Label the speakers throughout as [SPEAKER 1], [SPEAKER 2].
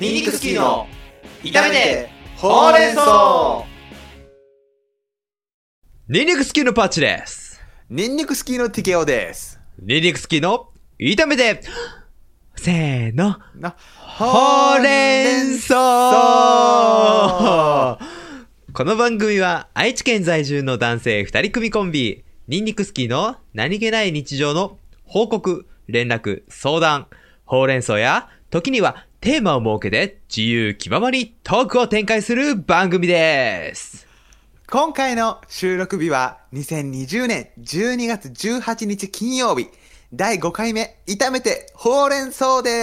[SPEAKER 1] ニンニクスキーの炒めてほうれん草
[SPEAKER 2] ニンニクスキーのパッチです。
[SPEAKER 1] ニンニクスキーの TKO です。
[SPEAKER 2] ニンニクスキーの炒めて、せーの、
[SPEAKER 1] な、
[SPEAKER 2] ほうれん草この番組は愛知県在住の男性2人組コンビ、ニンニクスキーの何気ない日常の報告、連絡、相談、ほうれん草や、時にはテーマを設けて自由気ままにトークを展開する番組です。
[SPEAKER 1] 今回の収録日は2020年12月18日金曜日、第5回目、炒めてほうれん草
[SPEAKER 2] イ
[SPEAKER 1] です。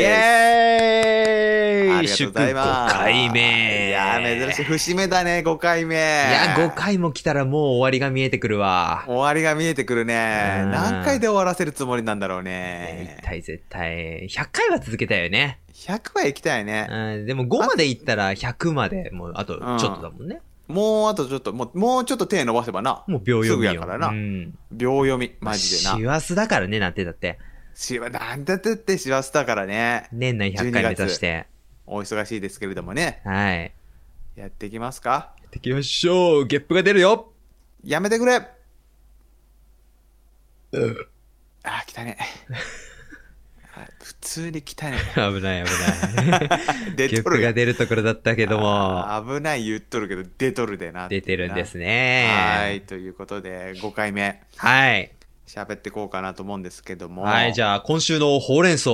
[SPEAKER 2] エー
[SPEAKER 1] あ
[SPEAKER 2] イ
[SPEAKER 1] りがとうございます。
[SPEAKER 2] 祝5回目
[SPEAKER 1] いやー、珍しい。節目だね、5回目。い
[SPEAKER 2] いや、5回も来たらもう終わりが見えてくるわ。
[SPEAKER 1] 終わりが見えてくるね
[SPEAKER 2] うん。
[SPEAKER 1] 何回で終わらせるつもりなんだろ
[SPEAKER 2] 絶
[SPEAKER 1] うね。
[SPEAKER 2] 対絶対。100回は続けたいよね。
[SPEAKER 1] 100は行きたいね。
[SPEAKER 2] うん、でも5までいったら100まで、もうあとちょっとだもんね。
[SPEAKER 1] もうあとちょっと、もう、もうちょっと手伸ばせばな。
[SPEAKER 2] もう秒読みよ。
[SPEAKER 1] すぐやからな
[SPEAKER 2] うん。
[SPEAKER 1] 秒読み、マジでな
[SPEAKER 2] 師。走だからね、なんてだって。
[SPEAKER 1] しわ、なんだってって師走だからね。
[SPEAKER 2] 年内100
[SPEAKER 1] 12
[SPEAKER 2] 回目指して。
[SPEAKER 1] お忙しいですけれどもね。
[SPEAKER 2] はい。や
[SPEAKER 1] やっていきますか
[SPEAKER 2] っていきましょう。ゲップが出るよ。
[SPEAKER 1] やめてくれあー、来 たね。あ普通に来たね。
[SPEAKER 2] 危ない 危ない。
[SPEAKER 1] 出
[SPEAKER 2] ゲッ
[SPEAKER 1] と
[SPEAKER 2] プ
[SPEAKER 1] る
[SPEAKER 2] が
[SPEAKER 1] よ
[SPEAKER 2] 出るところだったけども、
[SPEAKER 1] あー危ない言っとるけど、出とるでな。
[SPEAKER 2] 出てるんです
[SPEAKER 1] ね。
[SPEAKER 2] ね。
[SPEAKER 1] はい、ということで、5回目、
[SPEAKER 2] はい。
[SPEAKER 1] 喋ってこうかなと思うんですけども。
[SPEAKER 2] はい、じゃあ今週のほうれん草、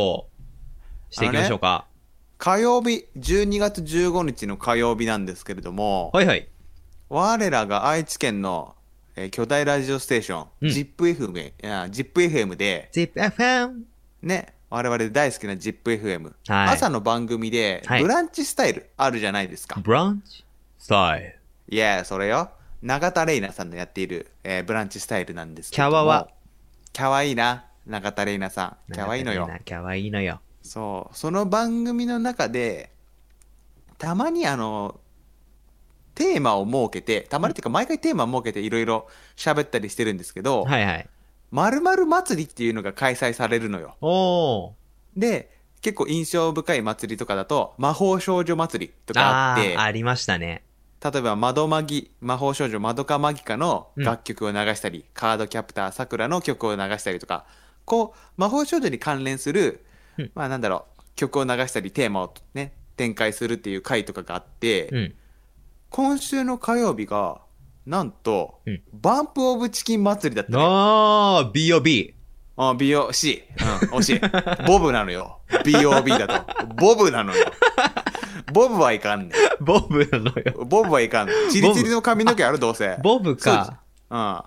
[SPEAKER 2] していきましょうか。
[SPEAKER 1] 火曜日、12月15日の火曜日なんですけれども、
[SPEAKER 2] はいはい。
[SPEAKER 1] 我らが愛知県の、えー巨大ラジオステーション、
[SPEAKER 2] うん
[SPEAKER 1] ZIPFM、いや ZIPFM で、
[SPEAKER 2] ZIPFM。
[SPEAKER 1] ね、我々大好きな ZIPFM、
[SPEAKER 2] はい
[SPEAKER 1] 朝の番組で、
[SPEAKER 2] はい
[SPEAKER 1] ブランチスタイルあるじゃないですか。
[SPEAKER 2] ブランチスタイル。
[SPEAKER 1] いや、それよ。永田玲奈さんのやっている、えーブランチスタイルなんですけ
[SPEAKER 2] キャ
[SPEAKER 1] ども。
[SPEAKER 2] ワは。
[SPEAKER 1] かわいいな、永田玲奈さん。かわいいのよ。。
[SPEAKER 2] かわいいのよ。
[SPEAKER 1] そう。その番組の中で、たまにあの、テーマを設けて、たまにっていうか毎回テーマを設けていろいろ喋ったりしてるんですけど、
[SPEAKER 2] はいはい。
[SPEAKER 1] まるまる祭りっていうのが開催されるのよ。
[SPEAKER 2] おー。
[SPEAKER 1] で、結構印象深い祭りとかだと、魔法少女祭りとかあ
[SPEAKER 2] あ
[SPEAKER 1] って
[SPEAKER 2] ー、、ありましたね。
[SPEAKER 1] 例えば窓マギ、魔法少女窓かマギカの
[SPEAKER 2] うん
[SPEAKER 1] 楽曲を流したり、カードキャプターさくらの曲を流したりとか、こう、魔法少女に関連する、
[SPEAKER 2] うん
[SPEAKER 1] まあなんだろう、曲を流したりテーマをね、展開するっていう回とかがあって、
[SPEAKER 2] うん。
[SPEAKER 1] 今週の火曜日が、なんと、
[SPEAKER 2] うん
[SPEAKER 1] バンプオブチキン祭りだったね。
[SPEAKER 2] あー、B.O.B。
[SPEAKER 1] あ、BOC。うん、惜しい。ボブなのよ。BOB だと。ボブなのよ。ボブはいかんね
[SPEAKER 2] ボブなのよ。
[SPEAKER 1] ん。ボブはいかんねん。チリチリの髪の毛あるどうせ。
[SPEAKER 2] ボブか。
[SPEAKER 1] うん。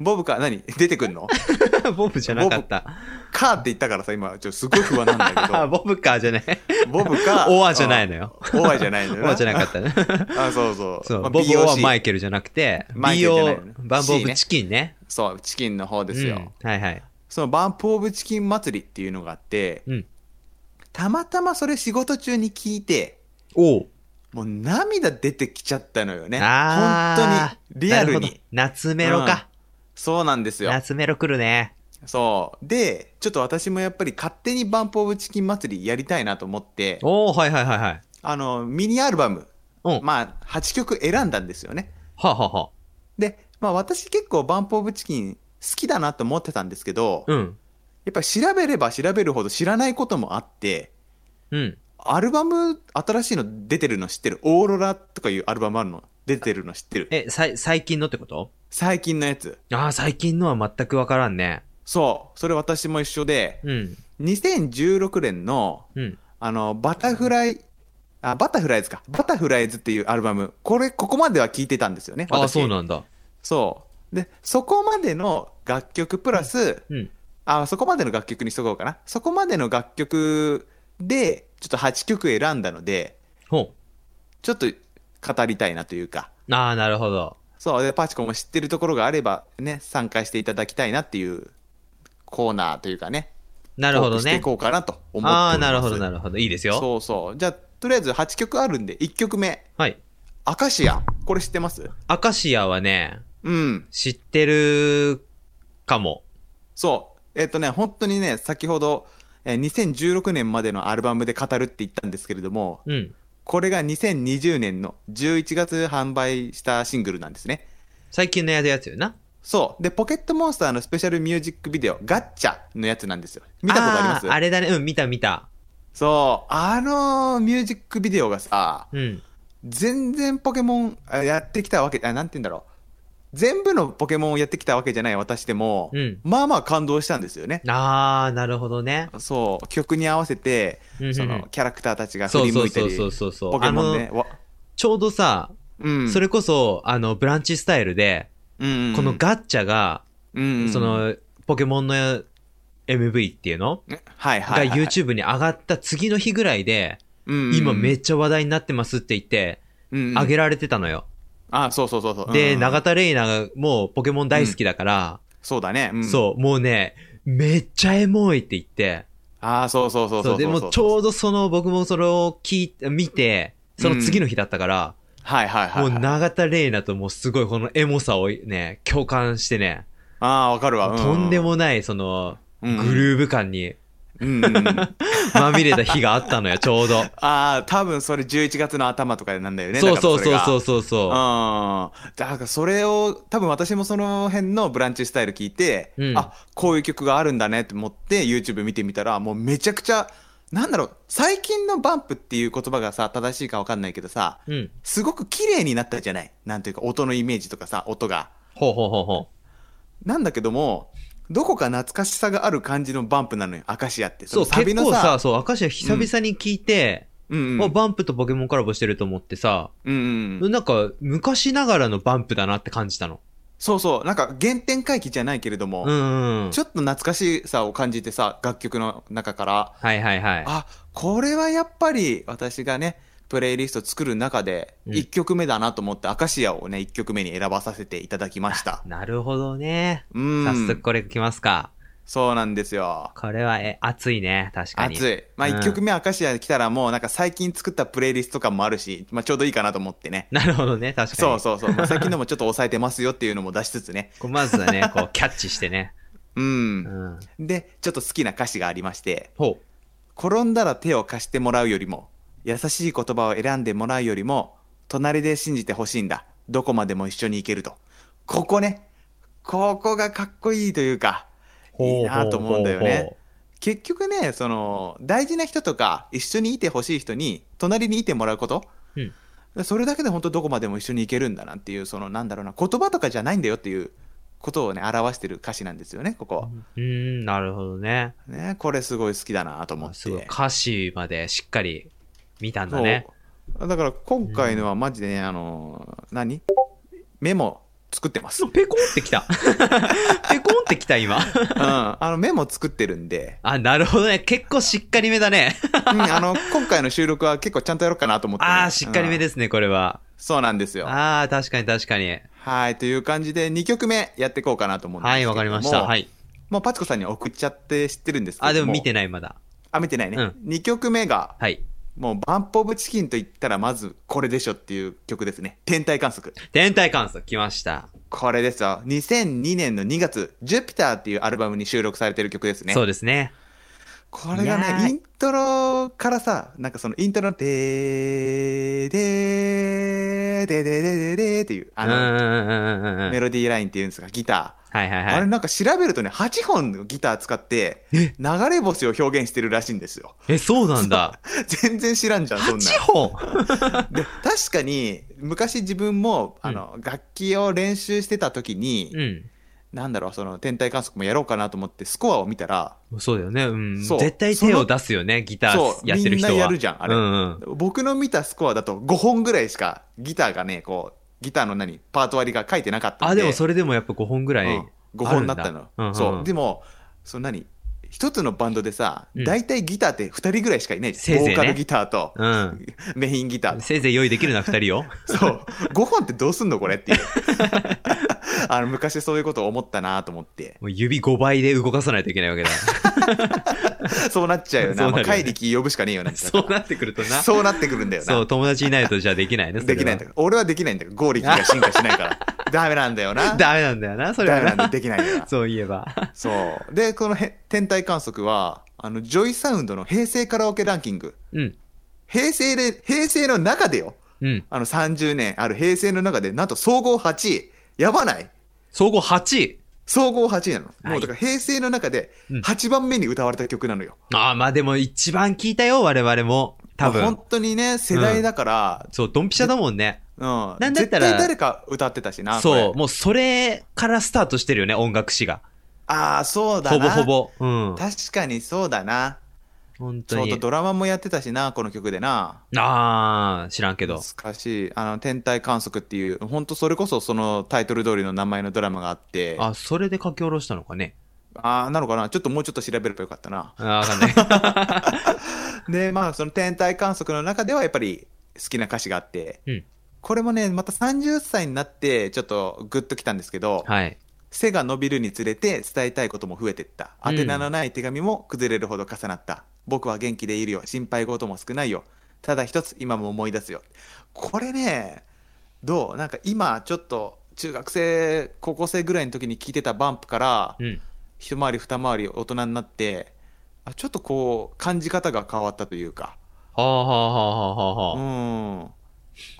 [SPEAKER 1] ボブか、何出てくんの
[SPEAKER 2] ボブじゃなかった。
[SPEAKER 1] かって言ったからさ、今、ちょっとすごい不安なんだけ
[SPEAKER 2] あ
[SPEAKER 1] ど。
[SPEAKER 2] ボブかじゃ ない。
[SPEAKER 1] ボブか。
[SPEAKER 2] オアじゃないのよ
[SPEAKER 1] うん。オアじゃないのよ。
[SPEAKER 2] ボブじゃなかった ね。
[SPEAKER 1] た。あ、そうそう。
[SPEAKER 2] そう、
[SPEAKER 1] まあ
[SPEAKER 2] ボブは
[SPEAKER 1] BOC
[SPEAKER 2] マイケルじゃなくて、
[SPEAKER 1] マイケルじゃないのね
[SPEAKER 2] B.O. バンボ
[SPEAKER 1] C
[SPEAKER 2] ブ
[SPEAKER 1] ね
[SPEAKER 2] チキンね。
[SPEAKER 1] そう、チキンの方ですよ。
[SPEAKER 2] うんはいはい。
[SPEAKER 1] そのバンプオブチキン祭りっていうのがあって、
[SPEAKER 2] うん。
[SPEAKER 1] たまたまそれ仕事中に聞いて、
[SPEAKER 2] お
[SPEAKER 1] もう涙出てきちゃったのよね。
[SPEAKER 2] あ
[SPEAKER 1] 本
[SPEAKER 2] ー
[SPEAKER 1] 当に、リアル
[SPEAKER 2] なるほ
[SPEAKER 1] に
[SPEAKER 2] ど。夏メロか。
[SPEAKER 1] そうなんですよ。
[SPEAKER 2] 夏メロ来るね。
[SPEAKER 1] そう。で、ちょっと私もやっぱり勝手にバンプオブチキン祭りやりたいなと思って、
[SPEAKER 2] おー、はいはいはいはい。
[SPEAKER 1] あの、ミニアルバム、
[SPEAKER 2] うん。は
[SPEAKER 1] まあ、8曲選んだんですよね。
[SPEAKER 2] あはあはあ
[SPEAKER 1] で、まあ私結構バンプオブチキン好きだなと思ってたんですけど、や
[SPEAKER 2] うん。
[SPEAKER 1] っぱり調べれば調べるほど知らないこともあって、
[SPEAKER 2] うん。
[SPEAKER 1] アルバム新しいの出てるの知ってるオーロラとかいうアルバムあるの出てるの知ってる
[SPEAKER 2] え、さい、最近のってこと
[SPEAKER 1] 最近のやつ。
[SPEAKER 2] ああ、最近のは全くわからんね。
[SPEAKER 1] そう。それ私も一緒で、
[SPEAKER 2] うん。
[SPEAKER 1] 2016年の、
[SPEAKER 2] うん。
[SPEAKER 1] あの、バタフライ、あ、バタフライズか。バタフライズっていうアルバム。これ、ここまでは聞いてたんですよね。
[SPEAKER 2] ああ、
[SPEAKER 1] 私
[SPEAKER 2] そうなんだ。
[SPEAKER 1] そう。で、そこまでの楽曲プラス、
[SPEAKER 2] うん。
[SPEAKER 1] あ、そこまでの楽曲にしとこうかな。そこまでの楽曲で、ちょっと8曲選んだので、
[SPEAKER 2] ほ
[SPEAKER 1] ちょっと語りたいなというか。
[SPEAKER 2] う。ああ、なるほど。
[SPEAKER 1] そう。で、パチコも知ってるところがあれば、ね、参加していただきたいなっていうコーナーというかね。
[SPEAKER 2] なるほ
[SPEAKER 1] トーク
[SPEAKER 2] ど
[SPEAKER 1] してい
[SPEAKER 2] ね。
[SPEAKER 1] こうかなと思っております。
[SPEAKER 2] ああ、なるほど、なるほど。いいですよ。
[SPEAKER 1] そうそう。じゃあ、とりあえず8曲あるんで、1曲目。
[SPEAKER 2] はい。
[SPEAKER 1] アカシア。これ知ってます
[SPEAKER 2] アカシアはね、
[SPEAKER 1] うん。
[SPEAKER 2] 知ってるかも。
[SPEAKER 1] そう。えっ、とね、本当にね、先ほど、えー2016年までのアルバムで語るって言ったんですけれども、
[SPEAKER 2] うん。
[SPEAKER 1] これが2020年の11月販売したシングルなんですね。
[SPEAKER 2] 最近のやつやつよな。
[SPEAKER 1] そう。で、ポケットモンスターのスペシャルミュージックビデオ、ガッチャのやつなんですよ。見たことあります
[SPEAKER 2] ーあれだね。うん、見た見た。
[SPEAKER 1] そう。あのミュージックビデオがさ、
[SPEAKER 2] うん。
[SPEAKER 1] 全然ポケモンあやってきたわけ、あ、なんて言うんだろう。全部のポケモンをやってきたわけじゃない私でも、
[SPEAKER 2] うん
[SPEAKER 1] まあまあ感動したんですよね。
[SPEAKER 2] あー、なるほどね。
[SPEAKER 1] そう。曲に合わせて、
[SPEAKER 2] うんうんうん
[SPEAKER 1] そのキャラクターたちが振
[SPEAKER 2] そう
[SPEAKER 1] り
[SPEAKER 2] そ
[SPEAKER 1] 向
[SPEAKER 2] う
[SPEAKER 1] いた
[SPEAKER 2] そう
[SPEAKER 1] り、
[SPEAKER 2] そうそうそう。
[SPEAKER 1] ポケモン
[SPEAKER 2] あ
[SPEAKER 1] ね
[SPEAKER 2] の、。
[SPEAKER 1] わ
[SPEAKER 2] ちょうどさ、
[SPEAKER 1] うん。
[SPEAKER 2] それこそ、あの、ブランチスタイルで、
[SPEAKER 1] うんうんうん、
[SPEAKER 2] このガッチャが、
[SPEAKER 1] うんうん
[SPEAKER 2] そ、の、ポケモンの MV っていうの
[SPEAKER 1] はい
[SPEAKER 2] が
[SPEAKER 1] はい、はい。
[SPEAKER 2] YouTube に上がった次の日ぐらいで、今
[SPEAKER 1] 今
[SPEAKER 2] めっ
[SPEAKER 1] ち
[SPEAKER 2] ちゃ話題になってますって言って、
[SPEAKER 1] ゃ
[SPEAKER 2] あげ
[SPEAKER 1] る。
[SPEAKER 2] られてたのよ。
[SPEAKER 1] あ、そうそうそうそう。
[SPEAKER 2] で、
[SPEAKER 1] うん
[SPEAKER 2] 永田玲奈がもうポケモン大好きだから、
[SPEAKER 1] そうだね。うん
[SPEAKER 2] そう、もうね、めっちゃエモいって言って、
[SPEAKER 1] ああ、そうそうそうそ
[SPEAKER 2] そう、
[SPEAKER 1] うそう
[SPEAKER 2] で
[SPEAKER 1] そう。
[SPEAKER 2] もちょうどその僕もそれを聞いて、見て、その次の日だったから、
[SPEAKER 1] はいはいはい
[SPEAKER 2] も
[SPEAKER 1] は
[SPEAKER 2] う
[SPEAKER 1] い。
[SPEAKER 2] 永田玲奈ともうすごいこのエモさをね、共感してね、
[SPEAKER 1] ああ、わかるわ。う
[SPEAKER 2] とんでもないその、グ
[SPEAKER 1] うん
[SPEAKER 2] ルーヴ感に
[SPEAKER 1] うんうんうん。あ
[SPEAKER 2] まみれた日があったのよ、ちょう ど。
[SPEAKER 1] あー、多分それ11月の頭とかなんだよ ね。。
[SPEAKER 2] そうそうそうそううそう
[SPEAKER 1] うん。
[SPEAKER 2] そ
[SPEAKER 1] だからそれを、多分私もその辺のブランチスタイル聞いて、
[SPEAKER 2] うん
[SPEAKER 1] あ、こういう曲があるんだねって思って YouTube 見てみたら、もうめちゃくちゃ、なんだろう、最近のバンプっていう言葉がさ、正しいかわかんないけどさ、
[SPEAKER 2] う。うん。
[SPEAKER 1] すごく綺麗になったじゃないなんというか音のイメージとかさ、音が。
[SPEAKER 2] ほうほうほうほう。
[SPEAKER 1] なんだけども、どこか懐かしさがある感じのバンプなのよ、アカシアって。
[SPEAKER 2] そう、
[SPEAKER 1] のサビ
[SPEAKER 2] 結
[SPEAKER 1] の
[SPEAKER 2] 構さ、そう、明石は久々に聞いて、
[SPEAKER 1] うんうん、
[SPEAKER 2] あ、バンプとポケモンコラボしてると思ってさ、
[SPEAKER 1] うんうんうん。
[SPEAKER 2] なんか、昔ながらのバンプだなって感じたの。
[SPEAKER 1] そうそう、なんか原点回帰じゃないけれども、
[SPEAKER 2] うんうんうん。
[SPEAKER 1] ちょっと懐かしさを感じてさ、楽曲の中から、
[SPEAKER 2] はいはいはい。
[SPEAKER 1] あ、これはやっぱり私がね、プレイリスト作る中で、
[SPEAKER 2] うん
[SPEAKER 1] 1曲目だなと思って、アカシアをね、1曲目に選ばさせていただきました。
[SPEAKER 2] なるほどね。
[SPEAKER 1] うん。
[SPEAKER 2] 早速これ来ますか。
[SPEAKER 1] そうなんですよ。
[SPEAKER 2] これは、え、熱いね。確かに。
[SPEAKER 1] 熱い。まあ、
[SPEAKER 2] うん
[SPEAKER 1] 1曲目アカシア来たらもうなんか最近作ったプレイリストとかもあるし、まあ、ちょうどいいかなと思ってね。
[SPEAKER 2] なるほどね。確かに。
[SPEAKER 1] そうそうそ う。まあ、先のもちょっと抑えてますよっていうのも出しつつね。
[SPEAKER 2] こうまずはね、こう、 キャッチしてね。
[SPEAKER 1] う。
[SPEAKER 2] うんん。
[SPEAKER 1] で、ちょっと好きな歌詞がありまして、
[SPEAKER 2] ほ
[SPEAKER 1] 転んだら手を貸してもらうよりも、優しい言葉を選んでもらうよりも、隣で信じてほしいんだ。どこまでも一緒に行けると。ここね。ここがかっこいいというか、
[SPEAKER 2] う。
[SPEAKER 1] いいなと思うんだよ
[SPEAKER 2] ほ
[SPEAKER 1] ね。結局ね、その、大事な人とか、一緒にいてほしい人に、隣にいてもらうこと。
[SPEAKER 2] うほうほう。うん。
[SPEAKER 1] それだけで本当どこまでも一緒に行けるんだなっていう、そのなんだろうな、言葉とかじゃないんだよっていうことをね、表してる歌詞なんですよね、ここ。
[SPEAKER 2] うーん、なるほどね。
[SPEAKER 1] ね、これすごい好きだなと思っ
[SPEAKER 2] すごい
[SPEAKER 1] て。
[SPEAKER 2] 歌詞までしっかり見たんだ
[SPEAKER 1] そう
[SPEAKER 2] ね。
[SPEAKER 1] だから今回のはマジでね、あの、何メモ作っ てます。うん。
[SPEAKER 2] ペコンってき た。ペコンってきた、今。
[SPEAKER 1] あの、メモ作ってるんで、
[SPEAKER 2] あ、なるほどね。結構しっかりめだね。
[SPEAKER 1] うん、あの、今回の収録は結構ちゃんとやろうかなと思ってね、
[SPEAKER 2] ああ、しっかりめ
[SPEAKER 1] うん
[SPEAKER 2] ですね、これは。
[SPEAKER 1] そうなんですよ。
[SPEAKER 2] ああ、確かに確かに。
[SPEAKER 1] はい、という感じで2曲目やっていこうかなと思うんです
[SPEAKER 2] は
[SPEAKER 1] け
[SPEAKER 2] い、
[SPEAKER 1] ども。
[SPEAKER 2] わかりました。はいい。
[SPEAKER 1] もうパチコさんには送っちゃって知ってるんですけど
[SPEAKER 2] あ、でも見てない、まだ。
[SPEAKER 1] あ、見てないね。
[SPEAKER 2] うん
[SPEAKER 1] 2曲目が、
[SPEAKER 2] はい。
[SPEAKER 1] もう、バンプオブチキンと言ったら、まず、これでしょっていう曲ですね。天体観測。
[SPEAKER 2] 天体観測来ました。
[SPEAKER 1] これですよ。2002年の2月、ジュピターっていうアルバムに収録されてる曲ですね。
[SPEAKER 2] そうですね。
[SPEAKER 1] これが
[SPEAKER 2] いやー
[SPEAKER 1] ね、イントロからさ、なんかそのイントロの、でー、でー、でー、でー、でー、でー、でーっていう、
[SPEAKER 2] う
[SPEAKER 1] あ
[SPEAKER 2] んう
[SPEAKER 1] の、
[SPEAKER 2] んうんうんうんう
[SPEAKER 1] メ
[SPEAKER 2] ん。
[SPEAKER 1] ロディーラインっていうんですか、ギター。
[SPEAKER 2] はいはい
[SPEAKER 1] あ
[SPEAKER 2] は
[SPEAKER 1] れ
[SPEAKER 2] い。
[SPEAKER 1] なんか調べるとね、8本のギター使って、
[SPEAKER 2] え
[SPEAKER 1] 流れ星を表現してるらしいんですよ。
[SPEAKER 2] え、そうなんだ。
[SPEAKER 1] 全然知らんじゃん、そんなん
[SPEAKER 2] 8。本
[SPEAKER 1] で確かに昔自分もあの、楽器を練習してた時に、
[SPEAKER 2] うん。
[SPEAKER 1] なんだろうその天体観測もやろうかなと思ってスコアを見たら
[SPEAKER 2] そうだよね。うん。
[SPEAKER 1] そう
[SPEAKER 2] 絶対手を出すよね、ギター
[SPEAKER 1] そう
[SPEAKER 2] やってる人は。
[SPEAKER 1] みんなやるじゃんあれ
[SPEAKER 2] うんうん。
[SPEAKER 1] 僕の見たスコアだと5本ぐらいしかギターがねこうギターの何パート割りが書いてなかったん
[SPEAKER 2] あ、
[SPEAKER 1] で
[SPEAKER 2] でもそれでもやっぱ5本ぐらいある
[SPEAKER 1] うん
[SPEAKER 2] だ。
[SPEAKER 1] ん5本になったの、
[SPEAKER 2] うんんん
[SPEAKER 1] そうでもその何一つのバンドでさ、
[SPEAKER 2] うん
[SPEAKER 1] 大体ギターって2人ぐらいしかいないじ
[SPEAKER 2] せい
[SPEAKER 1] ゃん
[SPEAKER 2] ぜいね
[SPEAKER 1] ボーカルギターと、
[SPEAKER 2] うん。
[SPEAKER 1] メインギター と
[SPEAKER 2] せいぜい用意できるな、二人よ。
[SPEAKER 1] そう。5本ってどうすんのこれっていう。 あの、昔そういうこと思ったなと思って。
[SPEAKER 2] もう指5倍で動かさないといけないわけ だ。
[SPEAKER 1] そうなっちゃうよな。
[SPEAKER 2] そうな
[SPEAKER 1] ま
[SPEAKER 2] る
[SPEAKER 1] あ、
[SPEAKER 2] よね
[SPEAKER 1] 怪力呼ぶしかねえよな。
[SPEAKER 2] そうなってくるとな。
[SPEAKER 1] そうなってくるんだよ
[SPEAKER 2] そう、
[SPEAKER 1] な。
[SPEAKER 2] 友達いないとじゃあできないね。それ
[SPEAKER 1] で
[SPEAKER 2] は
[SPEAKER 1] きないんだから。俺はできないんだから。合力が進化しないから。ダメなんだよな。
[SPEAKER 2] ダメなんだよな、それ
[SPEAKER 1] ダ
[SPEAKER 2] は
[SPEAKER 1] メなんだよ
[SPEAKER 2] な。
[SPEAKER 1] できないんだよな。
[SPEAKER 2] そういえば。
[SPEAKER 1] そう。で、このへ天体観測は、あの、ジョイサウンドの平成カラオケランキング。
[SPEAKER 2] うん。
[SPEAKER 1] 平成で、平成の中でよ。
[SPEAKER 2] うん。
[SPEAKER 1] あの、30年ある平成の中で、なんと総合8位。やばない
[SPEAKER 2] 総合8位。
[SPEAKER 1] 総合8位なの。
[SPEAKER 2] はい
[SPEAKER 1] もうだから平成の中で
[SPEAKER 2] うん
[SPEAKER 1] 8番目に歌われた曲なのよ。
[SPEAKER 2] ああ、まあでも一番聞いたよ、我々も。多
[SPEAKER 1] まあ
[SPEAKER 2] 分。
[SPEAKER 1] 本当にね、世代だから、
[SPEAKER 2] そう、ドンピシャだもんね。
[SPEAKER 1] うん。
[SPEAKER 2] なんだったら
[SPEAKER 1] 絶対誰か歌ってたしな。これ
[SPEAKER 2] そう、もうそれからスタートしてるよね、音楽史が。
[SPEAKER 1] ああ、そうだ
[SPEAKER 2] ほぼ
[SPEAKER 1] な。
[SPEAKER 2] ほぼ。うん。
[SPEAKER 1] 確かにそうだな。
[SPEAKER 2] 本
[SPEAKER 1] ちょ
[SPEAKER 2] 当
[SPEAKER 1] うど
[SPEAKER 2] に。
[SPEAKER 1] ドラマもやってたしな、この曲でな。
[SPEAKER 2] ああ、知らんけど。
[SPEAKER 1] 難しい。あの、天体観測っていう、本当それこそそのタイトル通りの名前のドラマがあって、あ
[SPEAKER 2] あ、それで書き下ろしたのかね。
[SPEAKER 1] あー、なのかなちょっともうちょっと調べればよかったな。
[SPEAKER 2] あーわかん ない。
[SPEAKER 1] で、まあ、その天体観測の中ではやっぱり好きな歌詞があって、
[SPEAKER 2] うん
[SPEAKER 1] これもね、また30歳になって、ちょっとグッときたんですけど、
[SPEAKER 2] はい。
[SPEAKER 1] 背が伸びるにつれて伝えたいことも増えてった。
[SPEAKER 2] うん
[SPEAKER 1] 宛名のない手紙も崩れるほど重なった。僕は元気でいるよ。心配事も少ないよ。ただ一つ今も思い出すよ。これね、どうなんか今ちょっと中学生、高校生ぐらいの時に聞いてたバンプから、
[SPEAKER 2] うん。
[SPEAKER 1] 一回り二回り大人になって、あちょっとこう感じ方が変わったというか。
[SPEAKER 2] はあはあはあはあはあ
[SPEAKER 1] う
[SPEAKER 2] は
[SPEAKER 1] ん。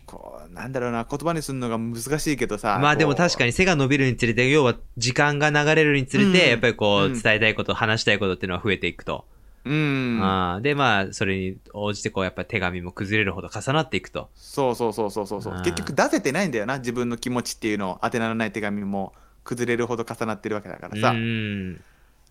[SPEAKER 1] こう、なんだろうな、言葉にするのが難しいけどさ。
[SPEAKER 2] あ。まあでも
[SPEAKER 1] こう
[SPEAKER 2] 確かに背が伸びるにつれて、要は時間が流れるにつれ
[SPEAKER 1] う
[SPEAKER 2] て、
[SPEAKER 1] ん
[SPEAKER 2] やっぱりこ
[SPEAKER 1] う
[SPEAKER 2] う、
[SPEAKER 1] ん
[SPEAKER 2] 伝えたいこと、話したいことっていうのは増えていくと。
[SPEAKER 1] うん。
[SPEAKER 2] ああで、まあ、それに応じてこう、やっぱり手紙も崩れるほど重なっていくと。
[SPEAKER 1] そうそうそうそうそうそう
[SPEAKER 2] あー
[SPEAKER 1] 結局出せてないんだよな自分の気持ちっていうのを当てならない手紙も崩れるほど重なってるわけだからさ、
[SPEAKER 2] うん。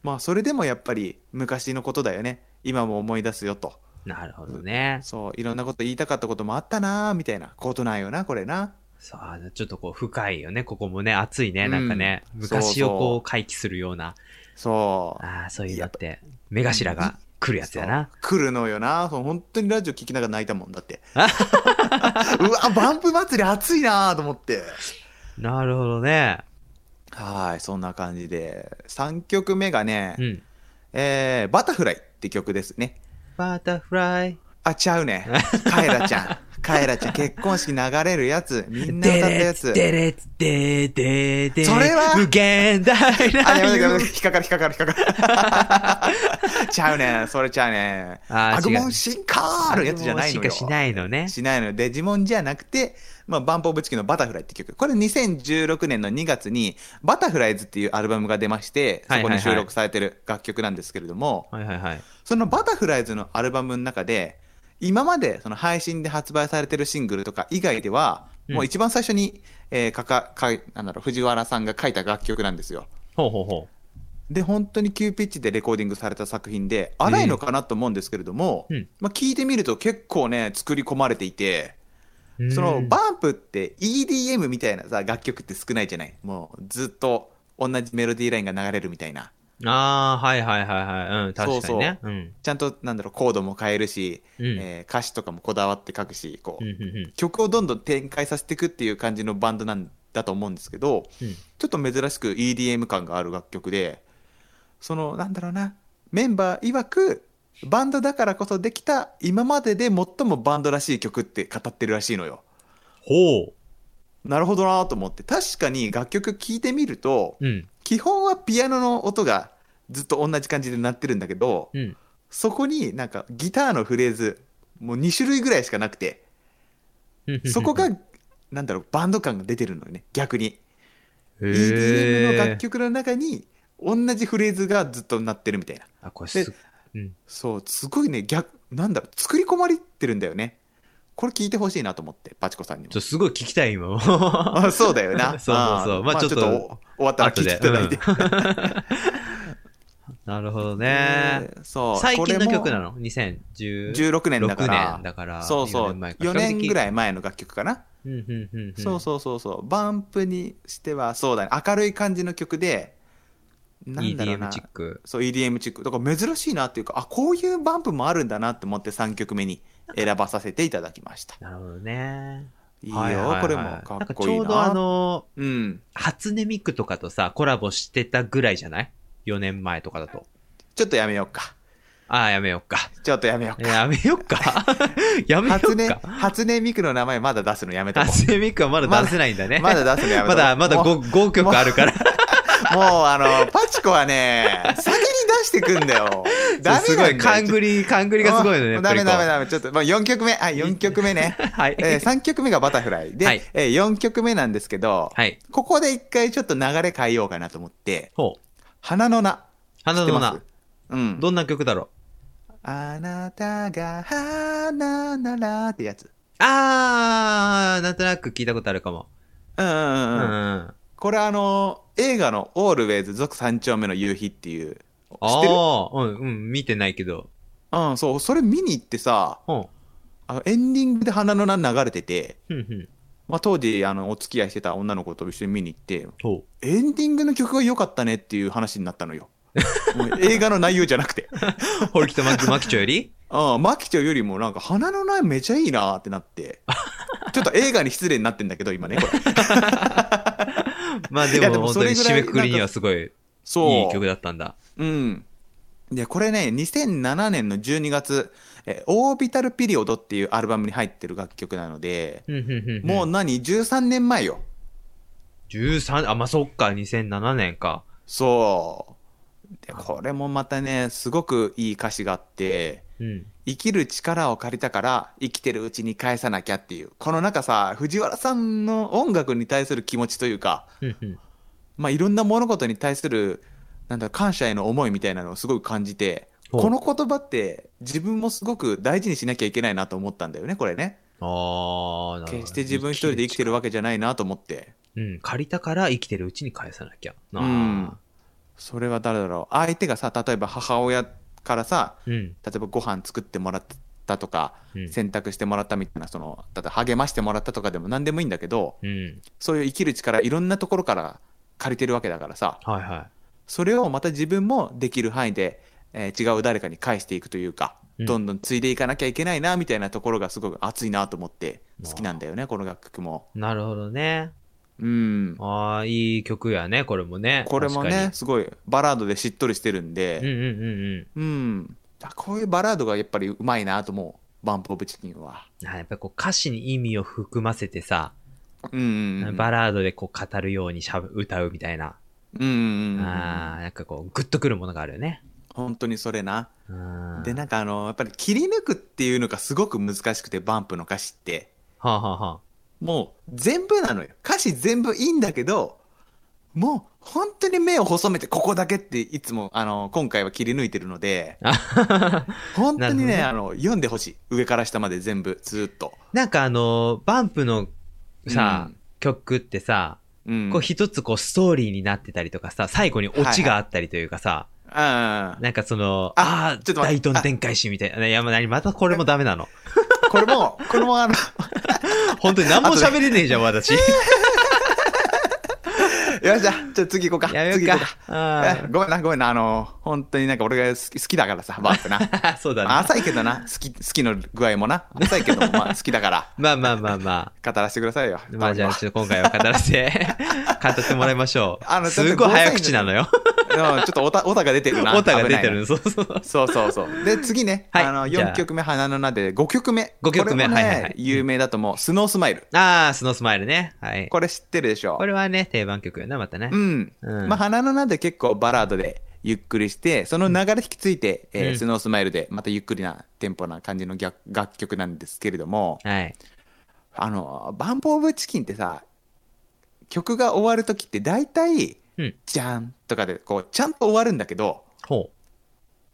[SPEAKER 1] まあそれでもやっぱり昔のことだよね今も思い出すよと
[SPEAKER 2] なるほどね。
[SPEAKER 1] そういろんなこと言いたかったこともあったなーみたいなことなんよなこれな
[SPEAKER 2] そう、あのちょっとこう、深いよね。ここもね、熱いね。なんかね、
[SPEAKER 1] うん
[SPEAKER 2] 昔を
[SPEAKER 1] そう
[SPEAKER 2] こ
[SPEAKER 1] そう
[SPEAKER 2] う、回帰するような、
[SPEAKER 1] そう
[SPEAKER 2] ああ、そういうのって、目頭が来るやつやな。
[SPEAKER 1] そう来るのよなそう本当にラジオ聞きながら泣いたもんだって うわバンプ祭り熱いなーと思って
[SPEAKER 2] なるほどね。
[SPEAKER 1] はいそんな感じで3曲目がね、
[SPEAKER 2] うん。
[SPEAKER 1] えーバタフライ」って曲ですね
[SPEAKER 2] バタフライ。
[SPEAKER 1] あ、ちゃ うね。カエラちゃん。カエラちゃん、結婚式流れるやつ。みんな歌
[SPEAKER 2] デ
[SPEAKER 1] った
[SPEAKER 2] レ
[SPEAKER 1] や
[SPEAKER 2] ツ
[SPEAKER 1] つ。
[SPEAKER 2] デレツデデデ
[SPEAKER 1] それは
[SPEAKER 2] 無限大
[SPEAKER 1] あ、やめてや
[SPEAKER 2] な
[SPEAKER 1] めて引っかかる引っかかる引 っかかる。ちゃうね。それちゃうね。
[SPEAKER 2] あー
[SPEAKER 1] アグモ
[SPEAKER 2] 違う
[SPEAKER 1] ン進化のやつじゃないのよ。
[SPEAKER 2] しかしないのね。
[SPEAKER 1] しないのよ。デジモンじゃなくて、まあ、バンポーブチキンのバタフライって曲。これ2016年の2月に、バタフライズっていうアルバムが出まして、そこに収録されてる楽曲なんですけれども、
[SPEAKER 2] はいはいはい。
[SPEAKER 1] そのバタフライズのアルバムの中で、今までその配信で発売されてるシングルとか以外では、
[SPEAKER 2] うん
[SPEAKER 1] もう一番最初に、えーかか、かい、なんだろう、藤原さんが書いた楽曲なんですよ。
[SPEAKER 2] ほうほうほ
[SPEAKER 1] で、本当に急ピッチでレコーディングされた作品で、荒いのかなと思うんですけれども、
[SPEAKER 2] うん
[SPEAKER 1] まあ聞いてみると結構ね、作り込まれていて、
[SPEAKER 2] う。
[SPEAKER 1] その、
[SPEAKER 2] うん
[SPEAKER 1] バンプって EDM みたいなさ、楽曲って少ないじゃないもうずっと同じメロディーラインが流れるみたいな。
[SPEAKER 2] ああ、はいはいはいはい。うん、確かにね。うん。
[SPEAKER 1] ちゃんと、なんだろう、コードも変えるし、
[SPEAKER 2] うん
[SPEAKER 1] えー歌詞とかもこだわって書くし、こう、
[SPEAKER 2] うんうんうん
[SPEAKER 1] 曲をどんどん展開させていくっていう感じのバンドなんだと思うんですけど、
[SPEAKER 2] うん
[SPEAKER 1] ちょっと珍しく EDM 感がある楽曲でそのなんだろうなメンバー曰くバンドだからこそできた今までで最もバンドらしい曲って語ってるらしいのよ。
[SPEAKER 2] ほ
[SPEAKER 1] なるほどなと思って確かに楽曲聴いてみると
[SPEAKER 2] う。うん。
[SPEAKER 1] 基本はピアノの音がずっと同じ感じで鳴ってるんだけど
[SPEAKER 2] うん。
[SPEAKER 1] そこになんかギターのフレーズもう2種類ぐらいしかなくてそ こが、なんだろう、バンド感が出てるのよね、逆に。EDM の楽
[SPEAKER 2] 曲。
[SPEAKER 1] 曲の中に、同じフレーズがずっと鳴ってるみたいな。
[SPEAKER 2] あ、これす
[SPEAKER 1] で、
[SPEAKER 2] うん。
[SPEAKER 1] そう、すごいね、逆、なんだろう、作り込まれてるんだよね。これ聞いてほしいなと思って、パチコさんにも
[SPEAKER 2] ちょ、。すごい聞きたい今 も。は
[SPEAKER 1] あそうだ よな。
[SPEAKER 2] そうそうそうんまあ
[SPEAKER 1] まあ
[SPEAKER 2] ち
[SPEAKER 1] ち
[SPEAKER 2] ょ
[SPEAKER 1] ょ
[SPEAKER 2] っと
[SPEAKER 1] っと終わったら聞いていただいて。
[SPEAKER 2] なるほどね。
[SPEAKER 1] えーそう。
[SPEAKER 2] 最近の曲な
[SPEAKER 1] の
[SPEAKER 2] の ?2016
[SPEAKER 1] 16年だから。
[SPEAKER 2] 年だから。
[SPEAKER 1] そうそう。4年ぐ
[SPEAKER 2] い。
[SPEAKER 1] らい前の楽曲かな。
[SPEAKER 2] うんうんうんん
[SPEAKER 1] そうそうそうそう。バンプにしては、そうだね。明るい感じの曲で、なんだろう
[SPEAKER 2] EDM
[SPEAKER 1] な
[SPEAKER 2] チ。ック。
[SPEAKER 1] そう、EDM チック。だから珍しいなっていうか、あ、こういうバンプもあるんだなって思って3曲目に選ばさせていただきました。
[SPEAKER 2] なるほどね。
[SPEAKER 1] いいよ、
[SPEAKER 2] ははは
[SPEAKER 1] これもかっこいいな。
[SPEAKER 2] んかちょうどあの、
[SPEAKER 1] うん。
[SPEAKER 2] 初音ミクとかとさ、コラボしてたぐらいじゃない ?4 年前とかだと。
[SPEAKER 1] ちょっとやめようか。
[SPEAKER 2] ああ、やめよっか。
[SPEAKER 1] ちょっと やめようか。
[SPEAKER 2] やめよっか。 やめよっ
[SPEAKER 1] 初音、
[SPEAKER 2] か。
[SPEAKER 1] 初音ミクの名前まだ出すのやめとこ
[SPEAKER 2] 初音ミクはまだ出せないんだね。
[SPEAKER 1] う。まだ出すのやめ
[SPEAKER 2] ま
[SPEAKER 1] とこう。
[SPEAKER 2] だ、まだ
[SPEAKER 1] もう
[SPEAKER 2] 5, 5曲あるから。
[SPEAKER 1] もうあの、パチコはね、先に出してくんだよ。ダメなんだよ。
[SPEAKER 2] すごい、勘
[SPEAKER 1] り
[SPEAKER 2] 繰り、勘繰りがすごいのね。やっぱ
[SPEAKER 1] ダ
[SPEAKER 2] り
[SPEAKER 1] メ
[SPEAKER 2] こう
[SPEAKER 1] ダメダメ。ちょっと、まあ、4曲目。あ、4曲目ね。
[SPEAKER 2] はい。
[SPEAKER 1] えー、3曲目がバタフライ。で、
[SPEAKER 2] はい
[SPEAKER 1] えー、4曲目なんですけど、
[SPEAKER 2] はい。
[SPEAKER 1] ここで一回ちょっと流れ変えようかなと思って、
[SPEAKER 2] ほう。
[SPEAKER 1] 花の名。
[SPEAKER 2] 花
[SPEAKER 1] 知って
[SPEAKER 2] の
[SPEAKER 1] ま
[SPEAKER 2] 名
[SPEAKER 1] す。うん。
[SPEAKER 2] どんな曲だろう
[SPEAKER 1] あなたが花ならってやつ。
[SPEAKER 2] あー、なんとなく聞いたことあるかも。
[SPEAKER 1] うんう
[SPEAKER 2] うん
[SPEAKER 1] うん。うん、
[SPEAKER 2] ん。
[SPEAKER 1] これあのー映画のオールウェイズ続三丁目の夕日っていう。
[SPEAKER 2] あ
[SPEAKER 1] てる
[SPEAKER 2] ー、うん、うん、見てないけど。
[SPEAKER 1] うん、そう、それ見に行ってさ、
[SPEAKER 2] ほ
[SPEAKER 1] あのエンディングで花の名流れてて、
[SPEAKER 2] う。ふんふん。
[SPEAKER 1] まあ、当時あのお付き合いしてた女の子と一緒に見に行って、
[SPEAKER 2] ほ
[SPEAKER 1] エンディングの曲が良かったねっていう話になったの よ。もう映画の内容じゃなくて。
[SPEAKER 2] う。 堀北真希マキチョより
[SPEAKER 1] うん、マキチョよりもなんか花の苗めちゃいいなーってな って。ちょっと映画に失礼になってんだけど、今ね、これ。
[SPEAKER 2] まあで
[SPEAKER 1] いやで
[SPEAKER 2] も本
[SPEAKER 1] もそ
[SPEAKER 2] 当に
[SPEAKER 1] れぐら
[SPEAKER 2] 締
[SPEAKER 1] い
[SPEAKER 2] めくくりにはすごい
[SPEAKER 1] そう。
[SPEAKER 2] いい曲だったんだ。
[SPEAKER 1] うん。で、これね、2007年の12月、えーオービタルピリオドっていうアルバムに入ってる楽曲なので、
[SPEAKER 2] ふんふんふんふん
[SPEAKER 1] もう何 ?13 年前よ。
[SPEAKER 2] 13、あ、まあそっか、2007年か。
[SPEAKER 1] そう。で、これもまたね、すごくいい歌詞があって、
[SPEAKER 2] うん。
[SPEAKER 1] 生きる力を借りたから生きてるうちに返さなきゃっていう。この中さ、藤原さんの音楽に対する気持ちというか、
[SPEAKER 2] ふんふん
[SPEAKER 1] まあ、いろんな物事に対するなんだろう感謝への思いみたいなのをすごく感じて
[SPEAKER 2] ほう
[SPEAKER 1] この言葉って自分もすごく大事にしなきゃいけないなと思ったんだよねこれね
[SPEAKER 2] あー、なるほど
[SPEAKER 1] 決して自分一人で生きてるわけじゃないなと思って
[SPEAKER 2] うん、借りたから生きてるうちに返さなきゃ。な
[SPEAKER 1] うんそれは誰だろう相手がさ例えば母親からさ
[SPEAKER 2] うん。うん。
[SPEAKER 1] 例えばご飯作ってもらったとか
[SPEAKER 2] うん。
[SPEAKER 1] 洗濯してもらったみたいなそのだって励ましてもらったとかでも何でもいいんだけど
[SPEAKER 2] うん。
[SPEAKER 1] そういう生きる力いろんなところから借りてるわけだからさ
[SPEAKER 2] はいは
[SPEAKER 1] それをまた自分もできる範囲で、えー違う誰かに返していくというか、
[SPEAKER 2] うん
[SPEAKER 1] どんどん継いでいかなきゃいけないなみたいなところがすごく熱いなと思って好きなんだよね、この楽曲も。
[SPEAKER 2] い。なるほどね。
[SPEAKER 1] うん。
[SPEAKER 2] ああ、いい曲やね、これもね。
[SPEAKER 1] これもね、すごいバラードでしっとりしてる
[SPEAKER 2] 確かに。
[SPEAKER 1] んで、
[SPEAKER 2] うんうんうん
[SPEAKER 1] うん。あこういうバラードがやっぱりうまいなと思う、バンプ・オブ・チキンは。
[SPEAKER 2] うん。あやっぱりこう歌詞に意味を含ませてさ、
[SPEAKER 1] うんうんうん。
[SPEAKER 2] バラードでこう語るようにしゃぶ歌うみたいな。
[SPEAKER 1] うんうんうん。
[SPEAKER 2] ああ、なんかこう、グッとくるものがあるよね。
[SPEAKER 1] 本当にそれな。
[SPEAKER 2] うん。
[SPEAKER 1] で、なんかあの、やっぱり切り抜くっていうのがすごく難しくて、バンプの歌詞って。
[SPEAKER 2] はあ、はあはあ、
[SPEAKER 1] もう全部なのよ。歌詞全部いいんだけど、もう本当に目を細めてここだけっていつも、あの、今回は切り抜いてる ので、
[SPEAKER 2] あははは
[SPEAKER 1] 本当にね、
[SPEAKER 2] な
[SPEAKER 1] あの、読んでほしい。上から下まで全部、ずーっと。
[SPEAKER 2] なんかあの、バンプのさ、
[SPEAKER 1] うん
[SPEAKER 2] 曲ってさ、
[SPEAKER 1] うん。
[SPEAKER 2] こう一つこうストーリーになってたりとかさ、最後にオチがあったりというかさ、
[SPEAKER 1] ああ
[SPEAKER 2] なんかその、あ
[SPEAKER 1] あ
[SPEAKER 2] あ
[SPEAKER 1] ちょっと
[SPEAKER 2] 大
[SPEAKER 1] 待って
[SPEAKER 2] どん展開しみたいな。いや、まあまたこれもダメなの。
[SPEAKER 1] これも、これも あの、
[SPEAKER 2] 本当に何も喋れねえじゃん、私。
[SPEAKER 1] よっしゃ、じゃあ次行こうか。
[SPEAKER 2] やめよう
[SPEAKER 1] 次
[SPEAKER 2] か
[SPEAKER 1] 行こう。
[SPEAKER 2] あ
[SPEAKER 1] えごめんな、ごめんな、あの、本当になんか俺が好き好きだからさ、バープな。
[SPEAKER 2] ー そうだ
[SPEAKER 1] まあ
[SPEAKER 2] な。
[SPEAKER 1] 浅いけどな、好き、好きの具合もな。浅いけど、まあ好きだから、
[SPEAKER 2] まあまあまあま
[SPEAKER 1] 語らせてくださいよ。
[SPEAKER 2] あ。 まあじゃあ、ちょっと今回は語らせ て、語ってもらいましょう。
[SPEAKER 1] あの
[SPEAKER 2] すごい早口なのよ。
[SPEAKER 1] うんちょっとおた、おたが出て るな。
[SPEAKER 2] オタが出て
[SPEAKER 1] 危ない
[SPEAKER 2] るの。
[SPEAKER 1] な。
[SPEAKER 2] そうそう。
[SPEAKER 1] そうそうそう。で、次ね、
[SPEAKER 2] はい
[SPEAKER 1] あの、
[SPEAKER 2] じゃあ
[SPEAKER 1] 4曲目、花の名で、5曲目。
[SPEAKER 2] 五曲目
[SPEAKER 1] これも
[SPEAKER 2] は
[SPEAKER 1] ね
[SPEAKER 2] いはいはい
[SPEAKER 1] 有名だと思う。スノースマイル。
[SPEAKER 2] ああ、スノースマイルね。はい。
[SPEAKER 1] これ知ってるでしょ
[SPEAKER 2] これはね、定番曲よな、またね
[SPEAKER 1] う。ん。
[SPEAKER 2] うん
[SPEAKER 1] まあ、花の名で結構バラードで、ゆっくりして、その流れ引き継いで、えー
[SPEAKER 2] うん
[SPEAKER 1] スノースマイルで、またゆっくりなテンポな感じの逆楽曲なんですけれども、
[SPEAKER 2] はい。
[SPEAKER 1] あの、バンポオブチキンってさ、曲が終わるときって大体、
[SPEAKER 2] うん
[SPEAKER 1] じゃんとかで、こう、ちゃんと終わるんだけど、
[SPEAKER 2] ほ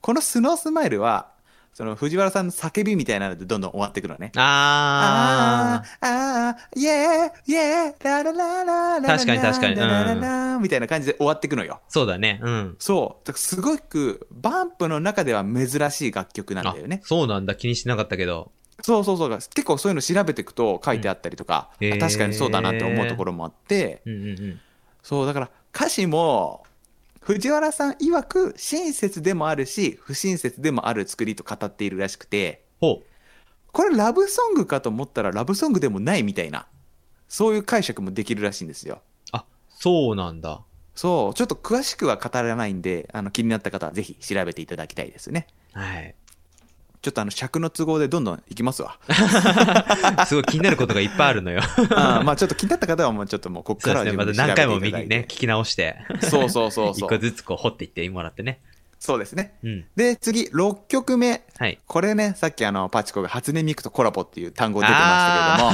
[SPEAKER 1] このスノースマイルは、その藤原さんの叫びみたいなのでどんどん終わっていくのね。
[SPEAKER 2] う。ああ。
[SPEAKER 1] あー、あー、イェー、イェー、ララララララ
[SPEAKER 2] 確かに確かに
[SPEAKER 1] ラララ
[SPEAKER 2] うん
[SPEAKER 1] ラみたいな感じで終わっていくのよ。
[SPEAKER 2] そうだね。うん。
[SPEAKER 1] そう。だからすごく、バンプの中では珍しい楽曲なんだよね
[SPEAKER 2] あ。そうなんだ。気にしてなかったけど。
[SPEAKER 1] そうそうそう。結構そういうの調べていくと書いてあったりとか、
[SPEAKER 2] うんへー
[SPEAKER 1] あ確かにそうだなって思うところもあって、
[SPEAKER 2] うんうんうん。
[SPEAKER 1] そう、だから歌詞も、藤原さん曰く親切でもあるし、不親切でもある作りと語っているらしくて、
[SPEAKER 2] ほう。
[SPEAKER 1] これラブソングかと思ったらラブソングでもないみたいな、そういう解釈もできるらしいんですよ。
[SPEAKER 2] あ、そうなんだ。
[SPEAKER 1] そう、ちょっと詳しくは語らないんで、あの気になった方はぜひ調べていただきたいですね。
[SPEAKER 2] はい。
[SPEAKER 1] ちょっとあの尺の都合でどんどんいきま すわ。
[SPEAKER 2] すごい気になることがいっぱいある のよ。
[SPEAKER 1] あーまあちょっと気になった方はもうちょっともうここ
[SPEAKER 2] そう
[SPEAKER 1] か
[SPEAKER 2] で
[SPEAKER 1] ら
[SPEAKER 2] す
[SPEAKER 1] は
[SPEAKER 2] ね。
[SPEAKER 1] 自
[SPEAKER 2] また
[SPEAKER 1] 分で
[SPEAKER 2] 何回も
[SPEAKER 1] 調べていた
[SPEAKER 2] 見
[SPEAKER 1] だい
[SPEAKER 2] にね
[SPEAKER 1] て。、
[SPEAKER 2] 聞き直して、
[SPEAKER 1] そうそうそうそ
[SPEAKER 2] 一個
[SPEAKER 1] う。
[SPEAKER 2] ずつこう掘っていってもらってね。
[SPEAKER 1] そうですね。
[SPEAKER 2] うん。
[SPEAKER 1] で、次、6曲目。
[SPEAKER 2] はい。
[SPEAKER 1] これね、さっきあの、パチコが初音ミクとコラボっていう単語出てました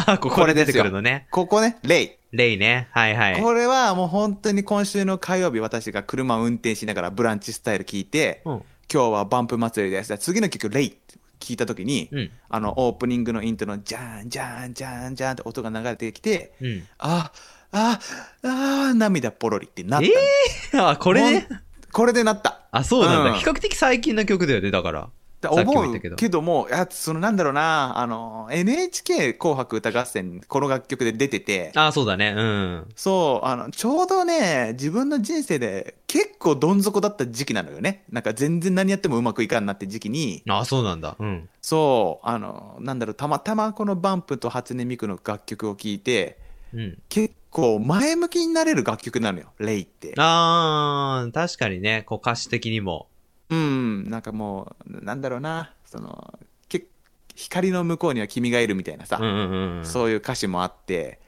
[SPEAKER 2] あ
[SPEAKER 1] け
[SPEAKER 2] あ
[SPEAKER 1] ど
[SPEAKER 2] ー、
[SPEAKER 1] も、
[SPEAKER 2] ここで出て
[SPEAKER 1] す
[SPEAKER 2] く
[SPEAKER 1] よ
[SPEAKER 2] るのね。
[SPEAKER 1] ここね、レイ。
[SPEAKER 2] レイね。はいはい。
[SPEAKER 1] これはもう本当に今週の火曜日、私が車を運転しながらブランチスタイル聞いて、
[SPEAKER 2] うん。
[SPEAKER 1] 今日はバンプ祭りです。じゃあ次の曲、レイって聞いたときに、
[SPEAKER 2] うん。
[SPEAKER 1] あの、オープニングのイントロの、ジャーン、ジャーン、ジャーン、ジャーンって音が流れてきて、
[SPEAKER 2] うん。
[SPEAKER 1] あ、あ、あー、涙ポロリってなったん
[SPEAKER 2] え
[SPEAKER 1] です。
[SPEAKER 2] え ー、あ、これね
[SPEAKER 1] ほ。んこれでなった。
[SPEAKER 2] あ、そうなんだ。
[SPEAKER 1] うん
[SPEAKER 2] 比較的最近の曲だよね、だから。
[SPEAKER 1] だ
[SPEAKER 2] さっきも
[SPEAKER 1] 思
[SPEAKER 2] 言った
[SPEAKER 1] う
[SPEAKER 2] けど
[SPEAKER 1] けども、いやそのなんだろうな、あの、NHK 紅白歌合戦、この楽曲で出てて、
[SPEAKER 2] あ、そうだね。うん。
[SPEAKER 1] そう、あの、ちょうどね、自分の人生で結構どん底だった時期なのよね。なんか全然何やってもうまくいかんなって時期に、
[SPEAKER 2] あ、そうなんだ。うん。
[SPEAKER 1] そう、あの、なんだろう、たまたまこのバンプと初音ミクの楽曲を聴いて、
[SPEAKER 2] うん。
[SPEAKER 1] 結構前向きになれる楽曲なのよ、レイって。
[SPEAKER 2] あー、確かにね、こう歌詞的にも。
[SPEAKER 1] うん、なんかもう、なんだろうな、その、け光の向こうには君がいるみたいなさ、
[SPEAKER 2] うんうんうんうん。
[SPEAKER 1] そういう歌詞もあって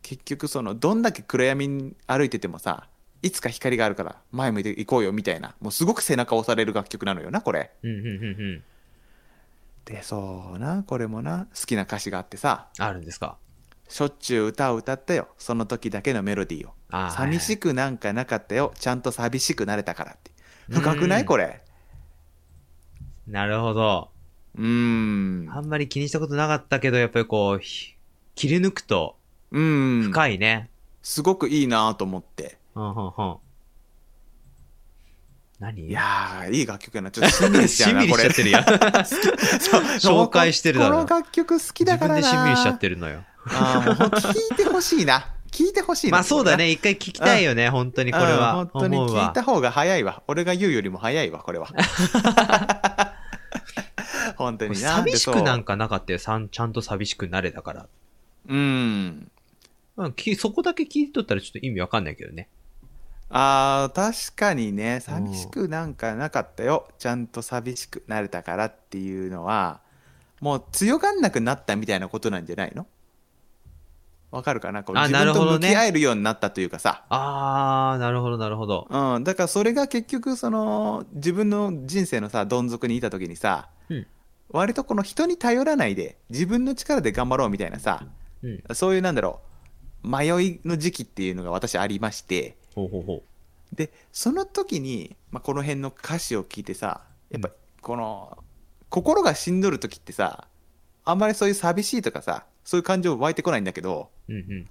[SPEAKER 1] 結局そのどんだけ暗闇に歩いててもさいつか光があるから前向いていこうよみたいなもうすごく背中を押される楽曲なのよなこれ
[SPEAKER 2] うんうんうんうん。
[SPEAKER 1] でそうなこれもな好きな歌詞があってさ
[SPEAKER 2] あるんですか。
[SPEAKER 1] しょっちゅう歌を歌ったよその時だけのメロディーを
[SPEAKER 2] あー
[SPEAKER 1] 寂しくなんかなかったよちゃんと寂しくなれたからって
[SPEAKER 2] うん
[SPEAKER 1] 深くないこれ
[SPEAKER 2] なるほど。
[SPEAKER 1] うーん
[SPEAKER 2] あんまり気にしたことなかったけど、やっぱりこう、ひ切り抜くと
[SPEAKER 1] うん
[SPEAKER 2] 深いね。
[SPEAKER 1] すごくいいなと思って
[SPEAKER 2] うん、うん、うん。何
[SPEAKER 1] いやーいい楽曲やなちょっとしんみりしちゃ
[SPEAKER 2] し
[SPEAKER 1] うんな
[SPEAKER 2] みり
[SPEAKER 1] こ
[SPEAKER 2] しち
[SPEAKER 1] れ
[SPEAKER 2] ゃってるやん。 紹介してるだろ
[SPEAKER 1] この楽曲好きだ
[SPEAKER 2] 自
[SPEAKER 1] から
[SPEAKER 2] 分
[SPEAKER 1] な。。
[SPEAKER 2] でしんみりしちゃっててるのよ。
[SPEAKER 1] ああ、もう聞いてほしいな。聞いてほしいな。
[SPEAKER 2] まあそうだ。ね、一回聞きたいよね、本当に
[SPEAKER 1] こ
[SPEAKER 2] こ
[SPEAKER 1] れ
[SPEAKER 2] れ
[SPEAKER 1] は。
[SPEAKER 2] は。
[SPEAKER 1] 本当に
[SPEAKER 2] 思う
[SPEAKER 1] 聞い
[SPEAKER 2] わ。
[SPEAKER 1] た方が早いわ。俺が言うよりも早い わ、これは。本当にな。
[SPEAKER 2] 寂しくなん
[SPEAKER 1] か。
[SPEAKER 2] かなかったよ、さんちゃんと寂しくなれたから。
[SPEAKER 1] うん。
[SPEAKER 2] うん、きそこだけ聞いとったらちょっと意味わかんないけどね。
[SPEAKER 1] ああ、確かにね、寂しくなんかなかったよ。ちゃんと寂しくなれたからっていうのは、もう強がんなくなったみたいなことなんじゃないのわかるかなこう
[SPEAKER 2] あ
[SPEAKER 1] 自分
[SPEAKER 2] なる
[SPEAKER 1] と
[SPEAKER 2] ほど
[SPEAKER 1] 向
[SPEAKER 2] ね
[SPEAKER 1] き合えるようになったというかさ。
[SPEAKER 2] あー、なるほど、なるほど。
[SPEAKER 1] うん、だからそれが結局その自分の人生のさどん底にいた時にさ、
[SPEAKER 2] うん
[SPEAKER 1] 割とこの人に頼らないで自分の力で頑張ろうみたいなさ
[SPEAKER 2] うん。
[SPEAKER 1] そういうなんだろう迷いの時期っていうのが私ありまして
[SPEAKER 2] ほうほうほ
[SPEAKER 1] でその時に、まあ、この辺の歌詞を聞いてさやっぱこの心がしんどる時ってさあんまりそういう寂しいとかさそういう感情湧いてこないんだけど、
[SPEAKER 2] う。うんうん。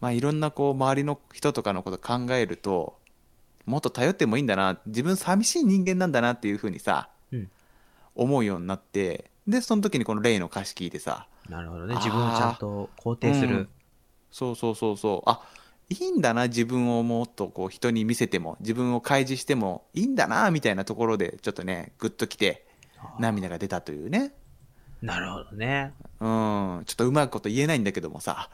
[SPEAKER 1] まあ、いろんなこう周りの人とかのこと考えるともっと頼ってもいいんだな自分寂しい人間なんだなっていうふうにさ、
[SPEAKER 2] うん
[SPEAKER 1] 思うようになってでその時にこのレイの歌詞聞いてさ
[SPEAKER 2] なるほどね。自分をちゃんと肯定す
[SPEAKER 1] う
[SPEAKER 2] る
[SPEAKER 1] ん。そうそうそうそうあいいんだな自分をもっとこう人に見せても自分を開示してもいいんだなみたいなところでちょっとねグッときて涙が出たというね
[SPEAKER 2] なるほどね。
[SPEAKER 1] うんちょっとうまいこと言えないんだけどもさ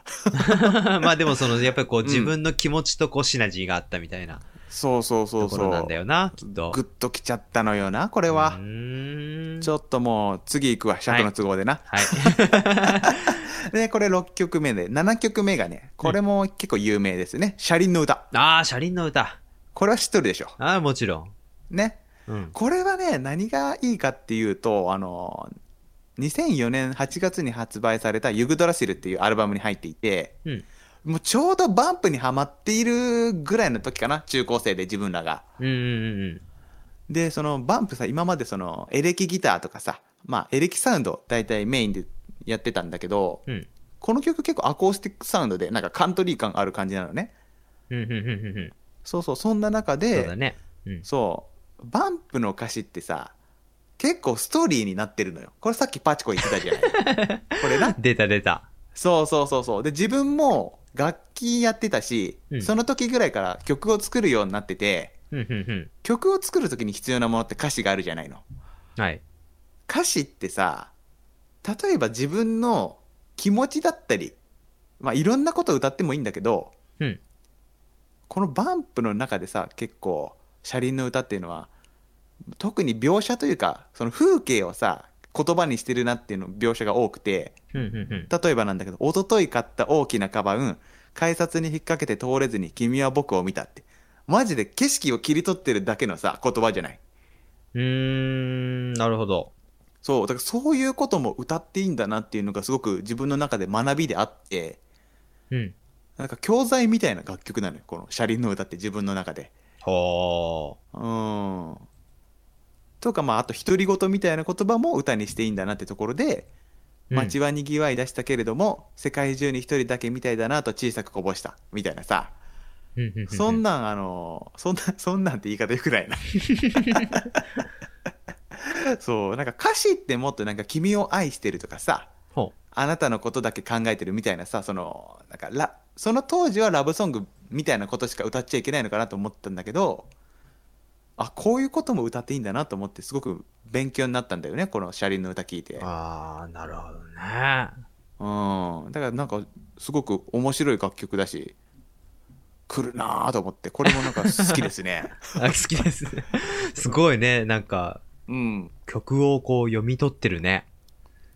[SPEAKER 2] まあでもその、やっぱりこう
[SPEAKER 1] うん
[SPEAKER 2] 自分の気持ちとこうシナジーがあったみたいな
[SPEAKER 1] そうそうそ
[SPEAKER 2] と
[SPEAKER 1] う
[SPEAKER 2] こ
[SPEAKER 1] そ
[SPEAKER 2] ろ
[SPEAKER 1] う
[SPEAKER 2] なんだよな、きっと。
[SPEAKER 1] グッときちゃったのよなこれは。
[SPEAKER 2] うーん
[SPEAKER 1] ちょっともう次行くわ、尺の都合でな。
[SPEAKER 2] はい。
[SPEAKER 1] で、これ6曲目で、7曲目がね、これも結構有名ですね。車輪の歌。
[SPEAKER 2] ああ、車輪の歌。
[SPEAKER 1] これは知っとるでしょ。
[SPEAKER 2] ああ、もちろん。
[SPEAKER 1] ね。
[SPEAKER 2] うん。
[SPEAKER 1] これはね、何がいいかっていうと、あの、2004年8月に発売されたユグドラシルっていうアルバムに入っていて、
[SPEAKER 2] うん。
[SPEAKER 1] もうちょうどバンプにハマっているぐらいの時かな、中高生で自分らが。
[SPEAKER 2] うんうんうん。
[SPEAKER 1] で、そのバンプさ、今までそのエレキギターとかさ、まあエレキサウンド大体メインでやってたんだけど、
[SPEAKER 2] うん。
[SPEAKER 1] この曲結構アコースティックサウンドでなんかカントリー感ある感じなのね
[SPEAKER 2] うんうんうんうんうん。
[SPEAKER 1] そうそうそんな中で
[SPEAKER 2] そう
[SPEAKER 1] そう,、
[SPEAKER 2] だね。うん。
[SPEAKER 1] バンプの歌詞ってさ結構ストーリーになってるのよこれさっきパチコ言ってたじゃない これな
[SPEAKER 2] 出た出た。
[SPEAKER 1] そうそうそうそうで自分も楽器やってたし、
[SPEAKER 2] うん
[SPEAKER 1] その時ぐらいから曲を作るようになってて
[SPEAKER 2] うんうん
[SPEAKER 1] 曲を作る時に必要なものって歌詞があるじゃないの
[SPEAKER 2] うん。はい。
[SPEAKER 1] 歌詞ってさ例えば自分の気持ちだったり、まあ、いろんなことを歌ってもいいんだけど、
[SPEAKER 2] うん
[SPEAKER 1] このバンプの中でさ結構車輪の歌っていうのは特に描写というかその風景をさ言葉にしてるなっていうの描写が多くて
[SPEAKER 2] うんうんうん。
[SPEAKER 1] 例えばなんだけど一昨日買った大きなカバン改札に引っ掛けて通れずに君は僕を見たってマジで景色を切り取ってるだけのさ言葉じゃないう
[SPEAKER 2] ーん、なるほど。
[SPEAKER 1] そうだからそういうことも歌っていいんだなっていうのがすごく自分の中で学びであって
[SPEAKER 2] うん。
[SPEAKER 1] なんか教材みたいな楽曲なのよこの車輪の歌って自分の中で
[SPEAKER 2] ほ
[SPEAKER 1] うん。とか、まあ、あと、独り言みたいな言葉も歌にしていいんだなってところで、
[SPEAKER 2] うん
[SPEAKER 1] 街は賑わい出したけれども、世界中に一人だけみたいだなと小さくこぼした、みたいなさ。
[SPEAKER 2] う。うんうんうん。
[SPEAKER 1] そんなん、あの、そんな、そんなんって言い方よ くないな。そう、なんか歌詞ってもっとなんか君を愛してるとかさ、
[SPEAKER 2] ほ
[SPEAKER 1] あなたのことだけ考えてるみたいなさ、その、なんかラ、その当時はラブソングみたいなことしか歌っちゃいけないのかなと思ったんだけど、あ、こういうことも歌っていいんだなと思って、すごく勉強になったんだよね、この車輪の歌聞いて。
[SPEAKER 2] う。
[SPEAKER 1] うん。だか
[SPEAKER 2] ああ、なるほどね。
[SPEAKER 1] らなんか、すごく面白い楽曲だし、来るなぁと思って、これもなんか好きで すね。
[SPEAKER 2] あ、好きです。すごいね、なんか、
[SPEAKER 1] うん。
[SPEAKER 2] 曲をこう読み取ってるね。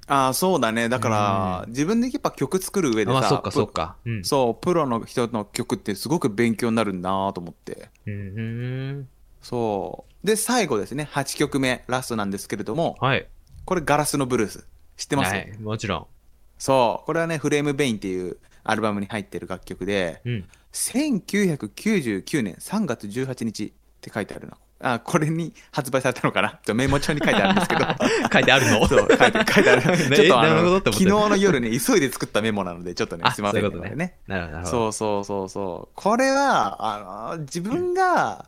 [SPEAKER 1] ああ、そうだね。だから、自分でやっぱ曲作る上で
[SPEAKER 2] あ、
[SPEAKER 1] さ、
[SPEAKER 2] まあ、そっか
[SPEAKER 1] プ
[SPEAKER 2] そっか。うん。
[SPEAKER 1] そう、プロの人の曲ってすごく勉強になるなぁと思って。
[SPEAKER 2] うんうん。
[SPEAKER 1] そう。で、最後ですね、8曲目、ラストなんですけれども、
[SPEAKER 2] はい。
[SPEAKER 1] これ、ガラスのブルース。知ってます、
[SPEAKER 2] はい、もちろん。
[SPEAKER 1] そう。これはね、フレームベインっていうアルバムに入ってる楽曲で、
[SPEAKER 2] うん。
[SPEAKER 1] 1999年3月18日って書いてあるな。あ、これに発売されたのかなちょメモ帳に書いてあるんです けど。
[SPEAKER 2] 書いてあるの
[SPEAKER 1] そう、書いて書いてある。
[SPEAKER 2] ね
[SPEAKER 1] ちょっとあ
[SPEAKER 2] なるほど
[SPEAKER 1] の、
[SPEAKER 2] って
[SPEAKER 1] 昨
[SPEAKER 2] 思っ
[SPEAKER 1] 日
[SPEAKER 2] て
[SPEAKER 1] の夜ね、急いで作ったメモなので、ちょっと ね、
[SPEAKER 2] あ、
[SPEAKER 1] すい
[SPEAKER 2] そ
[SPEAKER 1] ま
[SPEAKER 2] う
[SPEAKER 1] せ
[SPEAKER 2] い
[SPEAKER 1] ん
[SPEAKER 2] うことね。
[SPEAKER 1] ね。
[SPEAKER 2] なるほど、なるほど。
[SPEAKER 1] そうそうそうそう。これは、あの、自分が、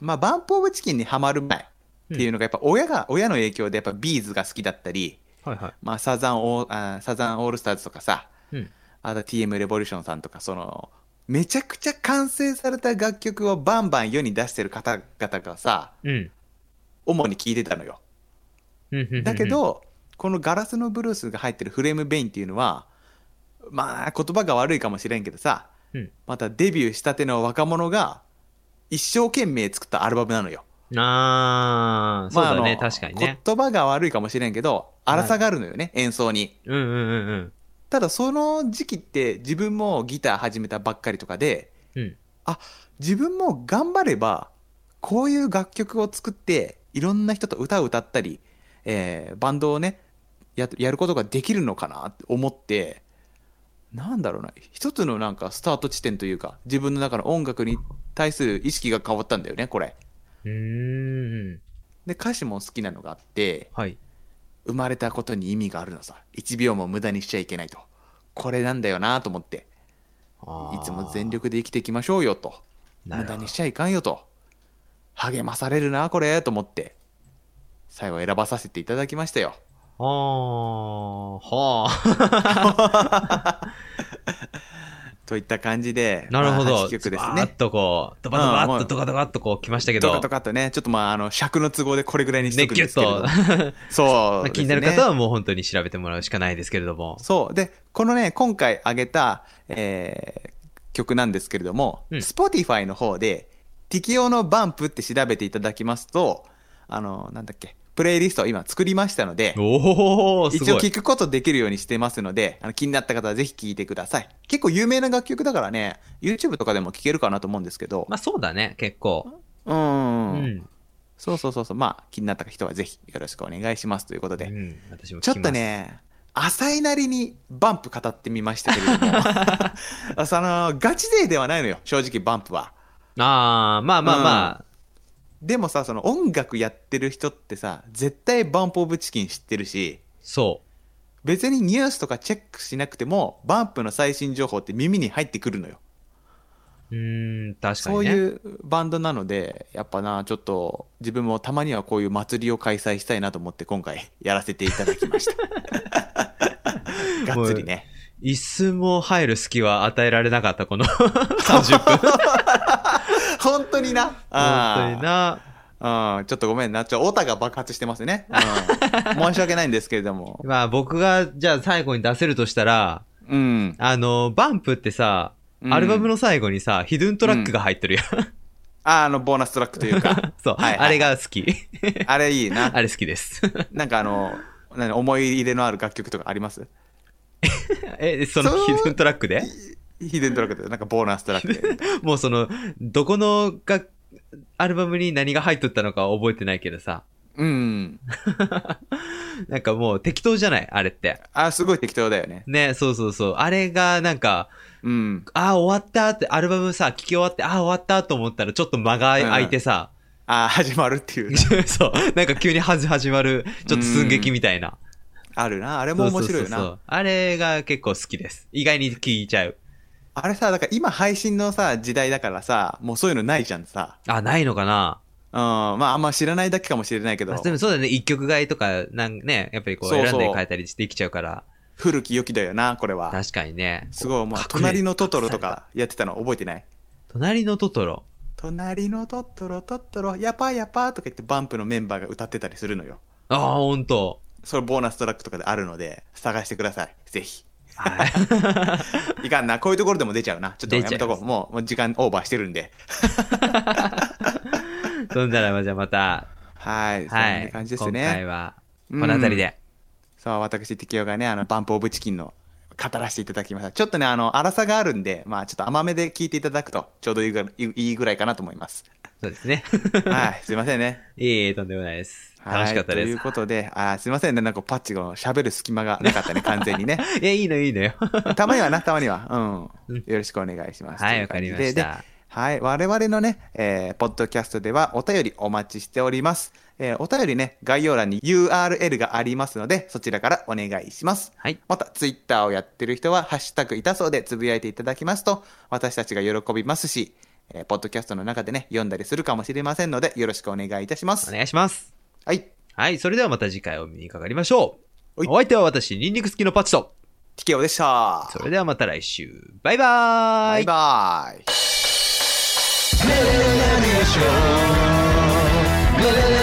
[SPEAKER 1] まあ、バンプオブチキンにはまる前っていうのが、やっぱ親が、親の影響でやっぱビーズが好きだったり、
[SPEAKER 2] はいは
[SPEAKER 1] まあ、サザンオー、あサザンオールスターズとかさ、
[SPEAKER 2] い。うん。
[SPEAKER 1] あと TM レボリューションさんとか、その、めちゃくちゃ完成された楽曲をバンバン世に出してる方々がさ、
[SPEAKER 2] うん
[SPEAKER 1] 主に聴いてたのよ。
[SPEAKER 2] うんうん。うん
[SPEAKER 1] だけ、ど、このガラスのブルースが入ってるフレームベインっていうのは、まあ、言葉が悪いかもしれんけどさ、
[SPEAKER 2] うん。
[SPEAKER 1] またデビューしたての若者が一生懸命作ったアルバムなのよ。
[SPEAKER 2] あー、そうだね、
[SPEAKER 1] まああの
[SPEAKER 2] 確かにね。
[SPEAKER 1] 言葉が悪いかもしれんけど、荒さがあるのよね、演奏に。
[SPEAKER 2] うんうんうんうん。
[SPEAKER 1] ただその時期って自分もギター始めたばっかりとかで、
[SPEAKER 2] うん。
[SPEAKER 1] 自分も頑張れば、こういう楽曲を作って、いろんな人と歌を歌ったり、えーバンドをねや、やることができるのかなって思って、なんだろうな、一つのなんかスタート地点というか、自分の中の音楽に対する意識が変わったんだよね、これ。
[SPEAKER 2] うーん。
[SPEAKER 1] で歌詞も好きなのがあって
[SPEAKER 2] はい。
[SPEAKER 1] 生まれたことに意味があるのさ1秒も無駄にしちゃいけないとこれなんだよなと思って
[SPEAKER 2] あ
[SPEAKER 1] い
[SPEAKER 2] ー
[SPEAKER 1] つも全力で生きていきましょうよと
[SPEAKER 2] なる
[SPEAKER 1] 無
[SPEAKER 2] ほど
[SPEAKER 1] 駄にしちゃいかんよと励まされるなこれと思って最後選ばさせていただきましたよ
[SPEAKER 2] ああ、 は
[SPEAKER 1] といった感じで
[SPEAKER 2] あ。なるほ
[SPEAKER 1] まあ
[SPEAKER 2] ど。
[SPEAKER 1] 8曲です
[SPEAKER 2] バー
[SPEAKER 1] ね
[SPEAKER 2] ッとこう、ドバドバ
[SPEAKER 1] うんも
[SPEAKER 2] ッ
[SPEAKER 1] う
[SPEAKER 2] とドカドカッとこう来ましたけ
[SPEAKER 1] とか
[SPEAKER 2] ど
[SPEAKER 1] と、かとねちょっとまああの尺の都合でこれぐらいにし
[SPEAKER 2] ね、
[SPEAKER 1] てくん
[SPEAKER 2] ギュ
[SPEAKER 1] ですけれども
[SPEAKER 2] ッ
[SPEAKER 1] そう、
[SPEAKER 2] と、気になる方
[SPEAKER 1] は
[SPEAKER 2] はもう本当に調べてもらうしかないですけれども。
[SPEAKER 1] そう。で、このね、今回上げた、えー曲なんですけれども、
[SPEAKER 2] うん
[SPEAKER 1] Spotify の方で、適用のバンプって調べていただきますと、あの、なんだっけ、プレイリストを今作りましたので、
[SPEAKER 2] おおす
[SPEAKER 1] 一応
[SPEAKER 2] ごい。
[SPEAKER 1] 聞くことできるようにしてますので、あの気になった方はぜひ聞いてください。結構有名な楽曲だからね、YouTube とかでも聞けるかなと思うんですけど、
[SPEAKER 2] まあそうだね、結構。
[SPEAKER 1] うん
[SPEAKER 2] う
[SPEAKER 1] うん。
[SPEAKER 2] ん。
[SPEAKER 1] そうそうそうそう。まあ、気になった人はぜひよろしくお願いしますということで
[SPEAKER 2] う。ん私も聞き
[SPEAKER 1] ちょ
[SPEAKER 2] ま
[SPEAKER 1] っ
[SPEAKER 2] す
[SPEAKER 1] と。ね、浅いなりにバンプ語ってみましたけれど も、その、ガチ勢ではないのよ、正直バンプは。
[SPEAKER 2] ああ、まあまあま
[SPEAKER 1] でもさ、その音楽やってる人ってさ、絶対バンプオブチキン知ってるし、
[SPEAKER 2] あ、そ
[SPEAKER 1] 別にニュースとかチェックしなくても、バンプの最新情報って耳に入ってくるのよ。
[SPEAKER 2] う。うーん、確か
[SPEAKER 1] そ
[SPEAKER 2] に
[SPEAKER 1] う
[SPEAKER 2] ね。
[SPEAKER 1] いうバンドなので、やっぱな、ちょっと自分もたまにはこういう祭りを開催したいなと思って今回やらせていただき ました。がっつりね。
[SPEAKER 2] 一寸も入る隙は与えられなかった、この30分。
[SPEAKER 1] 本当にな。あー
[SPEAKER 2] 本当にな。
[SPEAKER 1] うん、ちょっとごめんな。ちょ、オタが爆発してますね。う ん、申し訳ないんですけれども。
[SPEAKER 2] まあ僕が、じゃあ最後に出せるとしたら、
[SPEAKER 1] うん。
[SPEAKER 2] あの、バンプってさ、
[SPEAKER 1] うん
[SPEAKER 2] アルバムの最後にさ、ヒドゥントラックが入ってるやん。、
[SPEAKER 1] あーあの、ボーナストラックというか
[SPEAKER 2] そう、
[SPEAKER 1] はいはい
[SPEAKER 2] あれが好き。
[SPEAKER 1] あれいいな。
[SPEAKER 2] あれ好きです。
[SPEAKER 1] なんかあの、何思い入れのある楽曲とかあります
[SPEAKER 2] え、その
[SPEAKER 1] そう
[SPEAKER 2] ヒドゥントラックで
[SPEAKER 1] ヒデントラックで、なんかボーナストラッ クで。
[SPEAKER 2] もうその、どこのが、アルバムに何が入っとったのかは覚えてないけどさ。
[SPEAKER 1] うん。
[SPEAKER 2] なんかもう適当じゃないあれって。
[SPEAKER 1] あ、すごい適当だよね。
[SPEAKER 2] ね、そうそうそう。あれがなんか、
[SPEAKER 1] うん。
[SPEAKER 2] ああ、終わったって、アルバムさ、聴き終わって、ああ、終わったと思ったら、ちょっと間が空いてさ、
[SPEAKER 1] あー始まるっていう。
[SPEAKER 2] そう、なんか急にはじ始まる、ちょっと寸劇みたいな。
[SPEAKER 1] あるな。あれも面白い
[SPEAKER 2] そうそうそ
[SPEAKER 1] よ
[SPEAKER 2] うそ
[SPEAKER 1] な。
[SPEAKER 2] うあれが結構好きです。意外に聴いちゃう。
[SPEAKER 1] あれさ、だから今配信のさ、時代だからさ、もうそういうのないじゃんさ。
[SPEAKER 2] あ、ないのかな
[SPEAKER 1] うん。まああんま知らないだけかもしれないけど
[SPEAKER 2] あ、でもそうだね、一曲買いとか、なんね、やっぱりこう
[SPEAKER 1] そうそう
[SPEAKER 2] 選んで変えたりしてきちゃうから、
[SPEAKER 1] 古き良きだよな、これは。
[SPEAKER 2] 確かにね。
[SPEAKER 1] すごい、まあ、
[SPEAKER 2] 隠れ
[SPEAKER 1] 隣のトトロとかやってたの覚えてない
[SPEAKER 2] 隣のトトロ。
[SPEAKER 1] 隣のトトロトトロ、やっぱーやっぱーとか言ってバンプのメンバーが歌ってたりするのよ。
[SPEAKER 2] ああ、ほんと。
[SPEAKER 1] それボーナストラックとかであるので、探してください。ぜひ。
[SPEAKER 2] はい
[SPEAKER 1] いかんな。こういうところでも出ちゃうな。ちょっとやめとこ
[SPEAKER 2] 出ちゃ
[SPEAKER 1] う。もう、もう時間オーバーしてるんで。
[SPEAKER 2] そんなら、じゃあまた、
[SPEAKER 1] はい。
[SPEAKER 2] は
[SPEAKER 1] そん
[SPEAKER 2] い。
[SPEAKER 1] な感じです
[SPEAKER 2] 今回
[SPEAKER 1] ね。
[SPEAKER 2] は、こ
[SPEAKER 1] うん
[SPEAKER 2] の辺りで。
[SPEAKER 1] そう、私、適用がね、あの、バンプオブチキンの語らせていただきました。ちょっとね、あの、粗さがあるんで、まあ、ちょっと甘めで聞いていただくと、ちょうどいいぐらいいいいぐらいかなと思 います。
[SPEAKER 2] そうですね。
[SPEAKER 1] はい。すいませんね。
[SPEAKER 2] いえ、とんでもないです。
[SPEAKER 1] はい
[SPEAKER 2] 楽しかったで
[SPEAKER 1] とい
[SPEAKER 2] す
[SPEAKER 1] う。ことで、あーすいませんね。なんかパッチが喋る隙間がなかったね、完全 にね。
[SPEAKER 2] いや、いいの、いいのよ。
[SPEAKER 1] たまにはな、たまには。う
[SPEAKER 2] うん
[SPEAKER 1] ん。よろしくお願いします。
[SPEAKER 2] はい、わ
[SPEAKER 1] と
[SPEAKER 2] か
[SPEAKER 1] う感じ
[SPEAKER 2] り
[SPEAKER 1] で
[SPEAKER 2] まし。
[SPEAKER 1] で
[SPEAKER 2] た。
[SPEAKER 1] はい。我々のね、えーポッドキャストではお便りお待ちしております。えーお便りね、概要欄に URL がありますので、そちらからお願いします。
[SPEAKER 2] はい。
[SPEAKER 1] また、ツイッターをやってる人は、ハッシュタグいたそうでつぶやいていただきますと、私たちが喜びますし、えーポッドキャストの中でね、読んだりするかもしれませんので、よろしくお願いいたしま
[SPEAKER 2] お
[SPEAKER 1] す。
[SPEAKER 2] 願いします。
[SPEAKER 1] はい。
[SPEAKER 2] はい、それではまた次回お見にかかりましょう。
[SPEAKER 1] はい
[SPEAKER 2] お相手は私、ニンニク好きのパチと。
[SPEAKER 1] ティケオでした。
[SPEAKER 2] それではまた来週。バイバ
[SPEAKER 1] バ
[SPEAKER 2] ー
[SPEAKER 1] イ
[SPEAKER 2] イ。
[SPEAKER 1] バイ。
[SPEAKER 3] Glitterlicious.